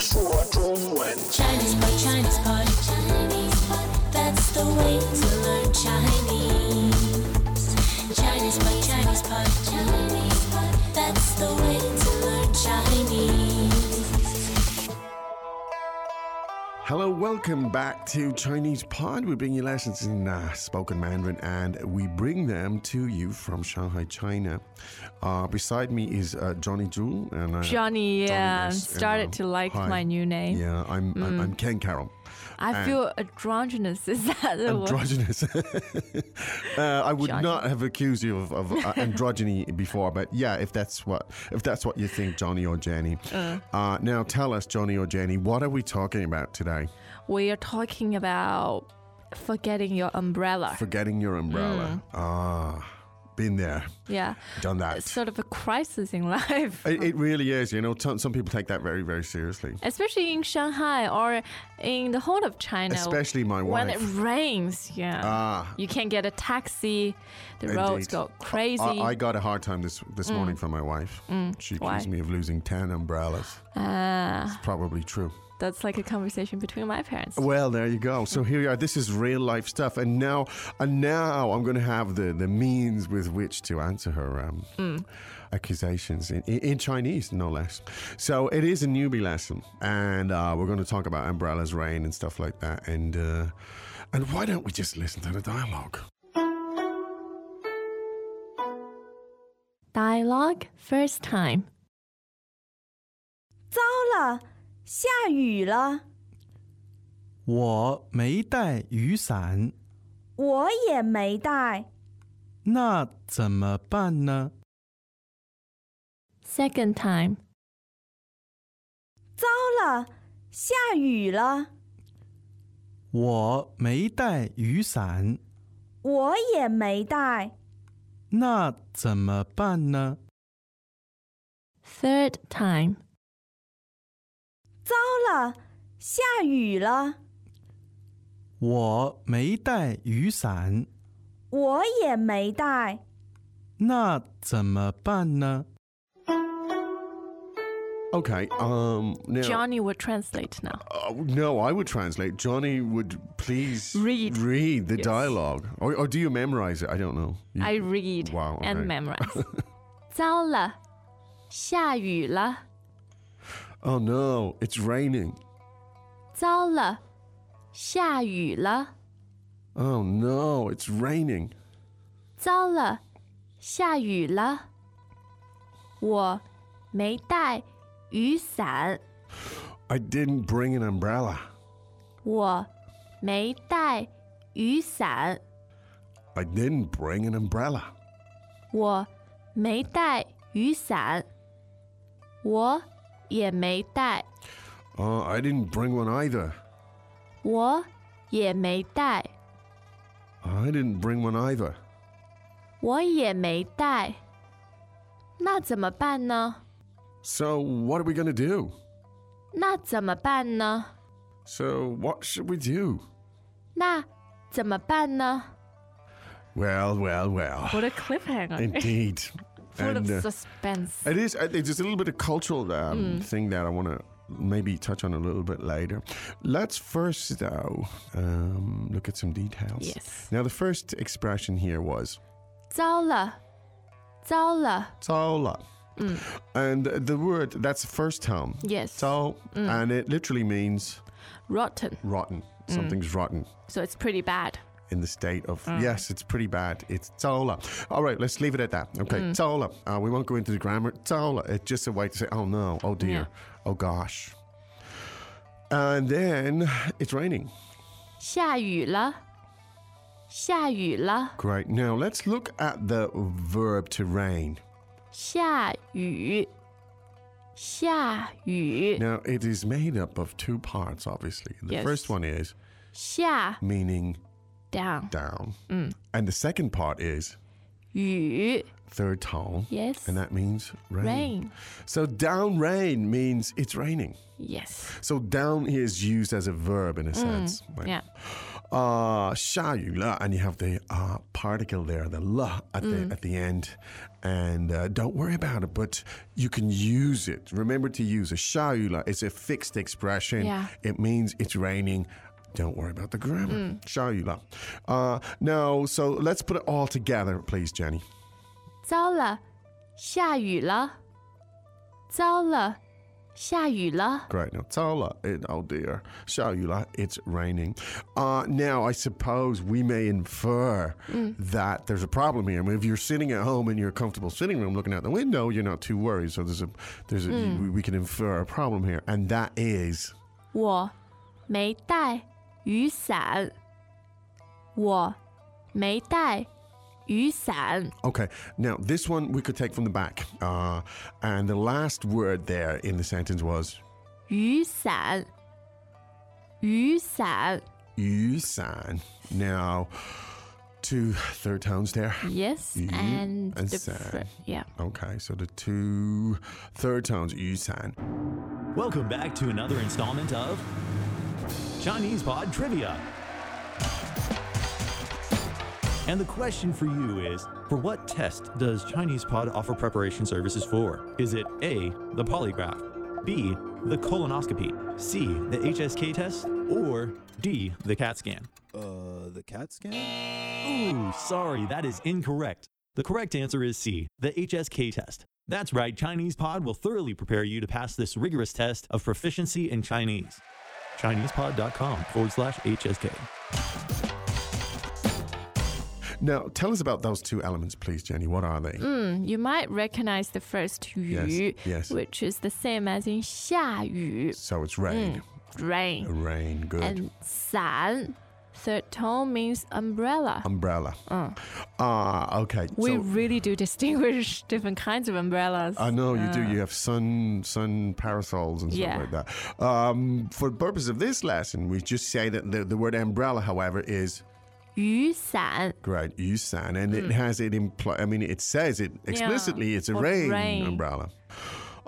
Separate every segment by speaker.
Speaker 1: 说中文。
Speaker 2: Chinese pot, Chinese pot, Chinese pot. That's the way to learn Chinese. Chinese pot, Chinese pot, Chinese pot. That's the way to learn Chinese.
Speaker 3: Hello, welcome back to Chinese Pod. We bring you lessons in uh, spoken Mandarin and we bring them to you from Shanghai, China. Uh, beside me is uh, Johnny Jewel. And, uh,
Speaker 4: Johnny, yeah,
Speaker 3: yes,
Speaker 4: started
Speaker 3: and, uh,
Speaker 4: to like
Speaker 3: hi.
Speaker 4: my new name.
Speaker 3: Yeah, I'm,
Speaker 4: Mm.
Speaker 3: I'm, I'm Ken Carroll.
Speaker 4: I feel androgynous. Is that the word?
Speaker 3: Androgynous. uh, I would
Speaker 4: Johnny.
Speaker 3: not have accused you of, of uh, androgyny before, but yeah, if that's what if that's what you think, Johnny or Jenny. Uh, now tell us, Johnny or Jenny, what are we talking about today?
Speaker 4: We are talking about forgetting your umbrella.
Speaker 3: Forgetting your umbrella.
Speaker 4: Mm.
Speaker 3: Ah, been there,
Speaker 4: yeah,
Speaker 3: done that.
Speaker 4: it's sort of a crisis in life,
Speaker 3: It, it really is, you know. Some some people take that very, very seriously.
Speaker 4: especially in Shanghai or in the whole of China.
Speaker 3: Especially my
Speaker 4: when
Speaker 3: wife.
Speaker 4: it rains, yeah,
Speaker 3: Ah,
Speaker 4: you can't get a taxi. The roads
Speaker 3: Indeed.
Speaker 4: go crazy. Mm.
Speaker 3: I, I got a hard time this this morning from my wife. she
Speaker 4: why?
Speaker 3: accused me of losing ten umbrellas.
Speaker 4: Ah,
Speaker 3: Probably true.
Speaker 4: that's like a conversation between my parents.
Speaker 3: Well, there you go. So here you are. This is real life stuff, and now and now I'm going to have the the means with which to answer her um,
Speaker 4: Hmm.
Speaker 3: accusations in, in in Chinese, no less. So it is a newbie lesson, and uh, we're going to talk about umbrellas, rain, and stuff like that. And uh, and why don't we just listen to the dialogue?
Speaker 4: Dialogue first time.
Speaker 5: 糟了，下雨了，
Speaker 6: 我没带雨伞，
Speaker 5: 我也没带，
Speaker 6: 那怎么办呢？
Speaker 4: Second time.
Speaker 5: 糟了，下雨了，
Speaker 6: 我没带雨伞，
Speaker 5: 我也没带，
Speaker 6: 那怎么办呢？
Speaker 4: Third time.
Speaker 5: 糟了，下雨了，
Speaker 6: 我没带雨伞，
Speaker 5: 我也没带，
Speaker 6: 那怎么办呢？
Speaker 3: Okay. Um. Now,
Speaker 4: Johnny will translate now.
Speaker 3: Uh, no, I would translate. Johnny would please
Speaker 4: Read.
Speaker 3: read the
Speaker 4: Yes.
Speaker 3: dialogue, or, or do you memorize it? I don't know. You-
Speaker 4: I read
Speaker 3: Wow, okay.
Speaker 4: and memorize. 糟了，下雨了。
Speaker 3: oh no, it's raining.
Speaker 4: 糟了，下雨了。
Speaker 3: Oh no, it's raining.
Speaker 4: 糟了，下雨了。我没带雨伞。
Speaker 3: I didn't bring an umbrella.
Speaker 4: 我没带雨伞。
Speaker 3: I didn't bring an umbrella.
Speaker 4: 我没带雨伞。我也没带。
Speaker 3: Oh, I didn't bring one either.
Speaker 4: 我也没带。
Speaker 3: I didn't bring one either.
Speaker 4: 我也没带，那怎么办呢？
Speaker 3: So what are we gonna do?
Speaker 4: 那怎么办呢？
Speaker 3: So what should we do?
Speaker 4: 那怎么办呢
Speaker 3: Well, well, well.
Speaker 4: ？What a cliffhanger!
Speaker 3: Indeed.
Speaker 4: Full
Speaker 3: And,
Speaker 4: of
Speaker 3: uh,
Speaker 4: suspense.
Speaker 3: It is. uh, It's just a little bit of cultural um,
Speaker 4: Hmm.
Speaker 3: thing that I want to maybe touch on a little bit later. Let's first, though, um, look at some details.
Speaker 4: Yes.
Speaker 3: Now, the first expression here was
Speaker 4: 糟了，糟了。
Speaker 3: "zaola," and the word that's the first time
Speaker 4: Mm. Yes. Mm.
Speaker 3: "zao," and it literally means
Speaker 4: rotten.
Speaker 3: rotten.
Speaker 4: Mm.
Speaker 3: Something's rotten.
Speaker 4: So it's pretty bad.
Speaker 3: in the state of
Speaker 4: Mm.
Speaker 3: yes, it's pretty bad. It's taola. All right, let's leave it at that. Okay,
Speaker 4: Mm.
Speaker 3: taola. Uh, we won't go into the grammar. Taola. It's just a way to say, oh no, oh dear, oh gosh. And then it's raining.
Speaker 4: 下雨了，下雨了，
Speaker 3: Great. Now let's look at the verb to rain.
Speaker 4: 下雨，下雨，
Speaker 3: Now it is made up of two parts, obviously. The
Speaker 4: Yes.
Speaker 3: first one is
Speaker 4: 下
Speaker 3: meaning
Speaker 4: down
Speaker 3: down,
Speaker 4: Mm.
Speaker 3: and the second part is
Speaker 4: 雨
Speaker 3: third tone.
Speaker 4: Yes.
Speaker 3: And that means rain.
Speaker 4: rain.
Speaker 3: So down rain means it's raining.
Speaker 4: Yes.
Speaker 3: So down here is used as a verb in a sense. right?
Speaker 4: Mm. Yeah.
Speaker 3: uh, 下雨了, and you have the uh, particle there, the la at the at the end. And uh, don't worry about it, but you can use it. Remember to use it. 下雨了 is a fixed expression.
Speaker 4: Yeah.
Speaker 3: It means it's raining. Don't worry about the grammar. 下雨了. Uh, now, so let's put it all together, please, Jenny.
Speaker 4: 糟了，下雨了。糟了，下雨了。
Speaker 3: Great. Now, Tala, it, oh dear. Shaula, it's raining. Uh, now, I suppose we may infer that there's a problem here. I mean, if you're sitting at home in your comfortable sitting room looking out the window, you're not too worried. So there's a, there's a, we, we can infer a problem here. And that is,
Speaker 4: 我没带雨伞。我没带雨伞。
Speaker 3: okay. Now, this one we could take from the back. Uh, and the last word there in the sentence was,
Speaker 4: 雨伞，雨伞。
Speaker 3: yusan. Now, two third tones there.
Speaker 4: Yes,
Speaker 3: Yu
Speaker 4: and
Speaker 3: and
Speaker 4: the
Speaker 3: san.
Speaker 4: fir- yeah.
Speaker 3: Okay, so the two third tones, yusan.
Speaker 1: Welcome back to another installment of Chinese Pod Trivia. And the question for you is For what test does Chinese Pod offer preparation services for? Is it A, the polygraph, B, the colonoscopy, C, the HSK test, or D, the CAT scan?
Speaker 7: Uh, the cat scan?
Speaker 1: Ooh, sorry, that is incorrect. The correct answer is C, the HSK test. That's right, Chinese Pod will thoroughly prepare you to pass this rigorous test of proficiency in Chinese. ChinesePod.com forward slash HSK.
Speaker 3: Now, tell us about those two elements, please, Jenny. What are they?
Speaker 4: Mm, you might recognize the first 雨
Speaker 3: yes.
Speaker 4: which is the same as in 下雨
Speaker 3: So it's rain.
Speaker 4: rain
Speaker 3: Rain, good.
Speaker 4: Mm. and 伞 third tone means umbrella.
Speaker 3: Umbrella. Ah, okay.
Speaker 4: Uh. we
Speaker 3: Um, so,
Speaker 4: really do distinguish different kinds of umbrellas.
Speaker 3: I know you do. You have sun, sun parasols and stuff
Speaker 4: Uh. Yeah.
Speaker 3: like that. Um, for the purpose of this lesson, we just say that the, the word umbrella, however, is
Speaker 4: 雨伞
Speaker 3: great yusan, and it has it impl- I mean, it says it explicitly. It's a
Speaker 4: Mm. or
Speaker 3: rain,
Speaker 4: rain.
Speaker 3: umbrella.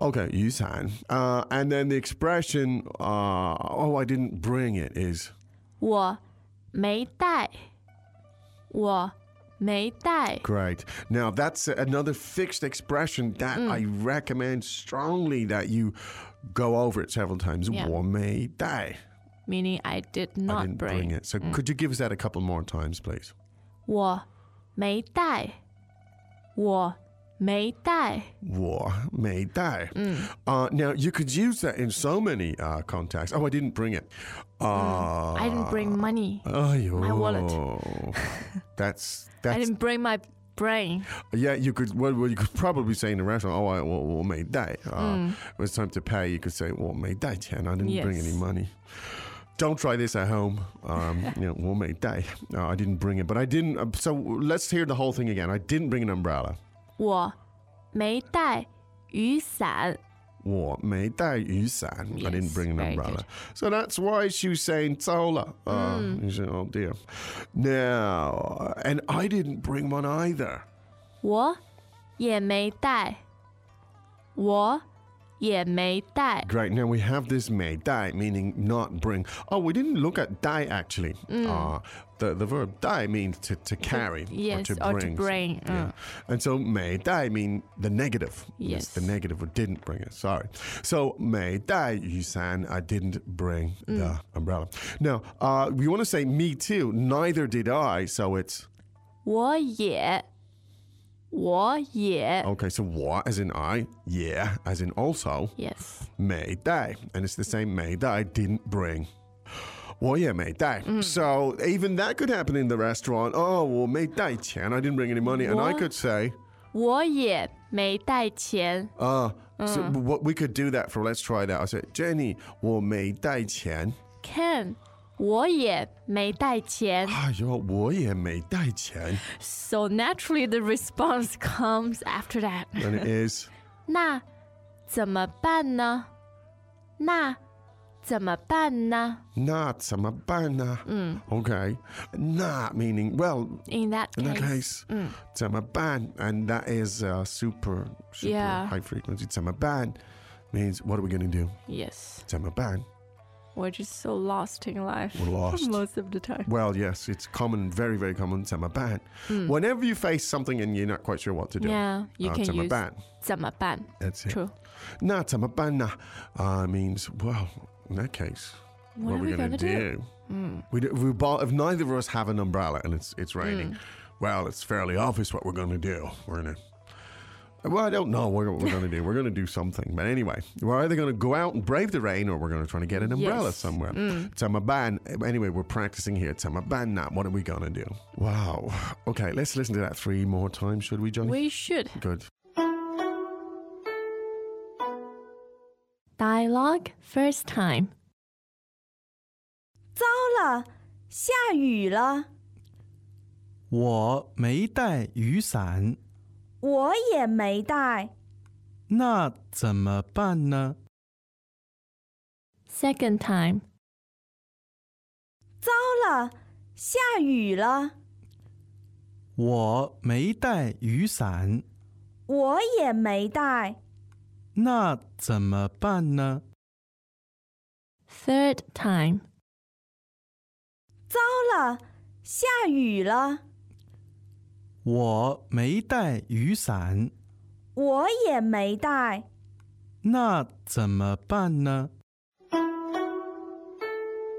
Speaker 3: Okay, yusan, uh, and then the expression, uh, "Oh, I didn't bring it," is
Speaker 4: 我没带，我没带。
Speaker 3: Great. Now that's another fixed expression that
Speaker 4: Mm.
Speaker 3: I recommend strongly that you go over it several times.
Speaker 4: Yeah.
Speaker 3: may die.
Speaker 4: meaning I did not
Speaker 3: I didn't bring,
Speaker 4: bring. Mm.
Speaker 3: it. So could you give us that a couple more times, please?
Speaker 4: 我没带，我没带。
Speaker 3: War may die.
Speaker 4: Mm.
Speaker 3: Uh, now you could use that in so many uh, contexts. Oh, I didn't bring it. Uh,
Speaker 4: Mm. I didn't bring money.
Speaker 3: my
Speaker 4: wallet.
Speaker 3: that's
Speaker 4: I
Speaker 3: that's
Speaker 4: didn't bring my brain.
Speaker 3: Yeah, you could. Well, well, you could probably say in a restaurant, "Oh, I well, well, made that." Uh,
Speaker 4: Mm.
Speaker 3: When it's time to pay, you could say, "Well, made that," and I didn't bring any
Speaker 4: Yes.
Speaker 3: money. Don't try this at home. Um, you know, well, made that. Uh, I didn't bring it, but I didn't. Uh, so let's hear the whole thing again. I didn't bring an umbrella.
Speaker 4: 我没带雨伞。
Speaker 3: War made that yusan. I didn't
Speaker 4: Yes,
Speaker 3: bring an
Speaker 4: very
Speaker 3: umbrella. So that's why she was saying Zola. Uh, you say, oh dear. Now, and I didn't bring one either.
Speaker 4: 我也没带，我也没带。
Speaker 3: Great. Now we have this may die, meaning not bring. Oh, we didn't look at die actually. Uh, the, the verb die means to, to carry
Speaker 4: Yes,
Speaker 3: or to bring.
Speaker 4: uh,
Speaker 3: Yeah. And so may die mean the negative. It's
Speaker 4: Yes.
Speaker 3: the negative or didn't bring it. Sorry. So may die, Yusan, I didn't bring
Speaker 4: Mm.
Speaker 3: the umbrella. Now, uh, we want to say me too. Neither did I. So it's
Speaker 4: 我也，我也。
Speaker 3: okay. So what as in I? Yeah, as in also.
Speaker 4: Yes.
Speaker 3: May Day. And it's the same May that I didn't bring. Well, yeah, May Day.
Speaker 4: Mm.
Speaker 3: So even that could happen in the restaurant. Oh, well, May Day, Chen, I didn't bring any money. And I
Speaker 4: What?
Speaker 3: could say,
Speaker 4: 我也没带钱。
Speaker 3: uh, so
Speaker 4: Mm.
Speaker 3: what we could do that for, let's try that. I said, Jenny, well, May Day, Chen.
Speaker 4: Ken，我也没带钱。
Speaker 3: Ah, yo, well, yeah, May Day, Chen.
Speaker 4: So naturally, the response comes after that.
Speaker 3: And it is,
Speaker 4: 那怎么办呢？那怎么办呢
Speaker 3: not some banana.
Speaker 4: Mm.
Speaker 3: Okay. Not meaning, well,
Speaker 4: ？In that
Speaker 3: In that
Speaker 4: case,
Speaker 3: case, tamaban, and that is uh, super, super
Speaker 4: Yeah.
Speaker 3: high frequency. Tamaban means what are we going to do?
Speaker 4: yes.
Speaker 3: Tamaban.
Speaker 4: We're just so lost in life
Speaker 3: We're lost.
Speaker 4: most of the time.
Speaker 3: Well, yes, it's common, very, very common. 怎么办? Whenever you face something and you're not quite sure what to do,
Speaker 4: Mm. Yeah, you
Speaker 3: uh,
Speaker 4: can use
Speaker 3: 怎么办?
Speaker 4: 怎么办?
Speaker 3: That's it.
Speaker 4: True.
Speaker 3: Nah, 怎么办呢? Uh, means, well, in that case, what,
Speaker 4: What,
Speaker 3: are we
Speaker 4: going
Speaker 3: gonna
Speaker 4: to
Speaker 3: do? Hmm. We, do, we bo- if neither of us have an umbrella and it's it's raining, well, it's fairly obvious what we're gonna do. We're gonna. Well, I don't know what we're going to do. We're going to do something. But anyway, we're either going to go out and brave the rain or we're going to try to get an umbrella
Speaker 4: Yes.
Speaker 3: somewhere. Tamaban. Anyway, we're practicing here. Tamaban na. What are we going to do? Wow. Okay, let's listen to that three more times, should we, Johnny?
Speaker 4: We should.
Speaker 3: Good.
Speaker 4: Dialogue first time.
Speaker 5: 糟了，下雨了，
Speaker 6: 我没带雨伞，
Speaker 5: 我也没带。
Speaker 6: 那怎么办呢？
Speaker 4: Second time.
Speaker 5: 糟了，下雨了，
Speaker 6: 我没带雨伞，
Speaker 5: 我也没带。
Speaker 6: 那怎么办呢？
Speaker 4: Third time.
Speaker 5: 糟了，下雨了，
Speaker 6: 我没带雨伞，
Speaker 5: 我也没带。
Speaker 6: 那怎么办呢？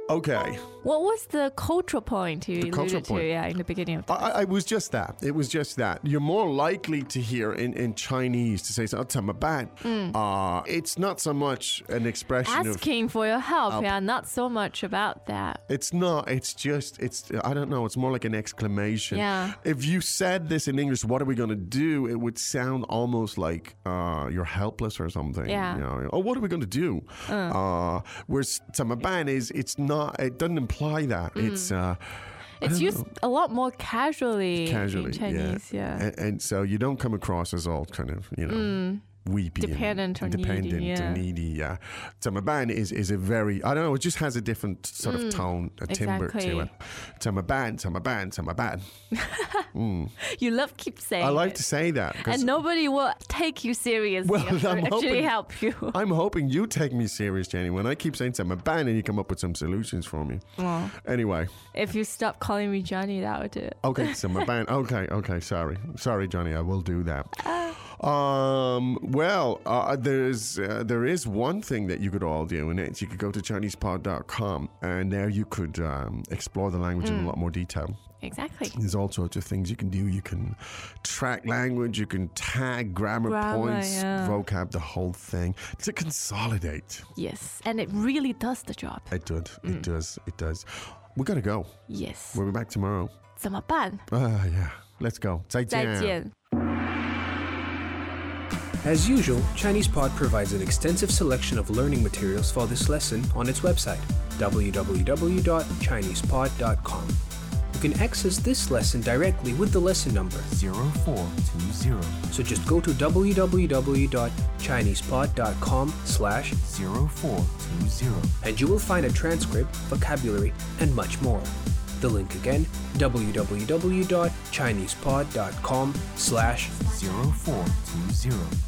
Speaker 3: Okay.
Speaker 4: What was the cultural point you
Speaker 3: The
Speaker 4: alluded
Speaker 3: cultural
Speaker 4: to
Speaker 3: point.
Speaker 4: Yeah, in the beginning of
Speaker 3: I, I- I was just that. It was just that. You're more likely to hear in, in Chinese to say something about.
Speaker 4: Mm.
Speaker 3: Uh, it's not so much an expression of
Speaker 4: asking for your help?
Speaker 3: Um,
Speaker 4: Yeah, not so much about that.
Speaker 3: It's not. It's just. It's. I don't know. It's more like an exclamation.
Speaker 4: Yeah.
Speaker 3: If you said this in English, what are we gonna do? It would sound almost like uh, you're helpless or something.
Speaker 4: Yeah.
Speaker 3: You know, oh, what are we gonna do? Uh. whereas tamaban is. It's not. It doesn't imply that.
Speaker 4: Mm.
Speaker 3: It's. Uh, I
Speaker 4: It's
Speaker 3: don't
Speaker 4: used
Speaker 3: know,
Speaker 4: a lot more casually,
Speaker 3: casually.
Speaker 4: in Chinese. Yeah. Mm.
Speaker 3: And, and so you don't come across as all kind of you know. Weepy, and
Speaker 4: Dependent or needy,
Speaker 3: dependent
Speaker 4: yeah.
Speaker 3: and needy, yeah. Tamaban is is a very I don't know. It just has a different sort of tone, a timbre to
Speaker 4: Mm. exactly.
Speaker 3: it. Tamaban, tamaban, tamaban.
Speaker 4: you love keep saying.
Speaker 3: Eh. I like
Speaker 4: it.
Speaker 3: to say that. 'cause
Speaker 4: and nobody will take you seriously
Speaker 3: Well,
Speaker 4: or
Speaker 3: I'm hoping-
Speaker 4: actually help you.
Speaker 3: I'm hoping you take me serious, Jenny. When I keep saying something bad and you come up with some solutions for me.
Speaker 4: Well,
Speaker 3: Anyway,
Speaker 4: if you stop calling me Johnny, that would do it.
Speaker 3: okay, something bad. Okay, okay, sorry, sorry, Johnny. I will do that.
Speaker 4: Oh.
Speaker 3: Um, well, uh, there's uh, there is one thing that you could all do, and it's you could go to ChinesePod.com, and there you could um, explore the language
Speaker 4: Mm.
Speaker 3: in a lot more detail.
Speaker 4: Exactly.
Speaker 3: There's all sorts of things you can do. You can track language, you can tag grammar,
Speaker 4: Grammar,
Speaker 3: points,
Speaker 4: yeah.
Speaker 3: vocab, the whole thing to consolidate.
Speaker 4: Yes, and it really does the job.
Speaker 3: It did.
Speaker 4: Mm.
Speaker 3: It does. It does. We gotta go.
Speaker 4: Yes.
Speaker 3: We'll be back tomorrow.
Speaker 4: 怎么办？
Speaker 3: Ah, yeah. Let's go.
Speaker 4: 再见。
Speaker 8: As usual, ChinesePod provides an extensive selection of learning materials for this lesson on its website, www.chinesepod.com. You can access this lesson directly with the lesson number,
Speaker 9: 0420
Speaker 8: so just go to www.chinesepod.com slash
Speaker 9: 0420.
Speaker 8: and you will find a transcript, vocabulary, and much more. The link again, www.chinesepod.com slash
Speaker 9: 0420.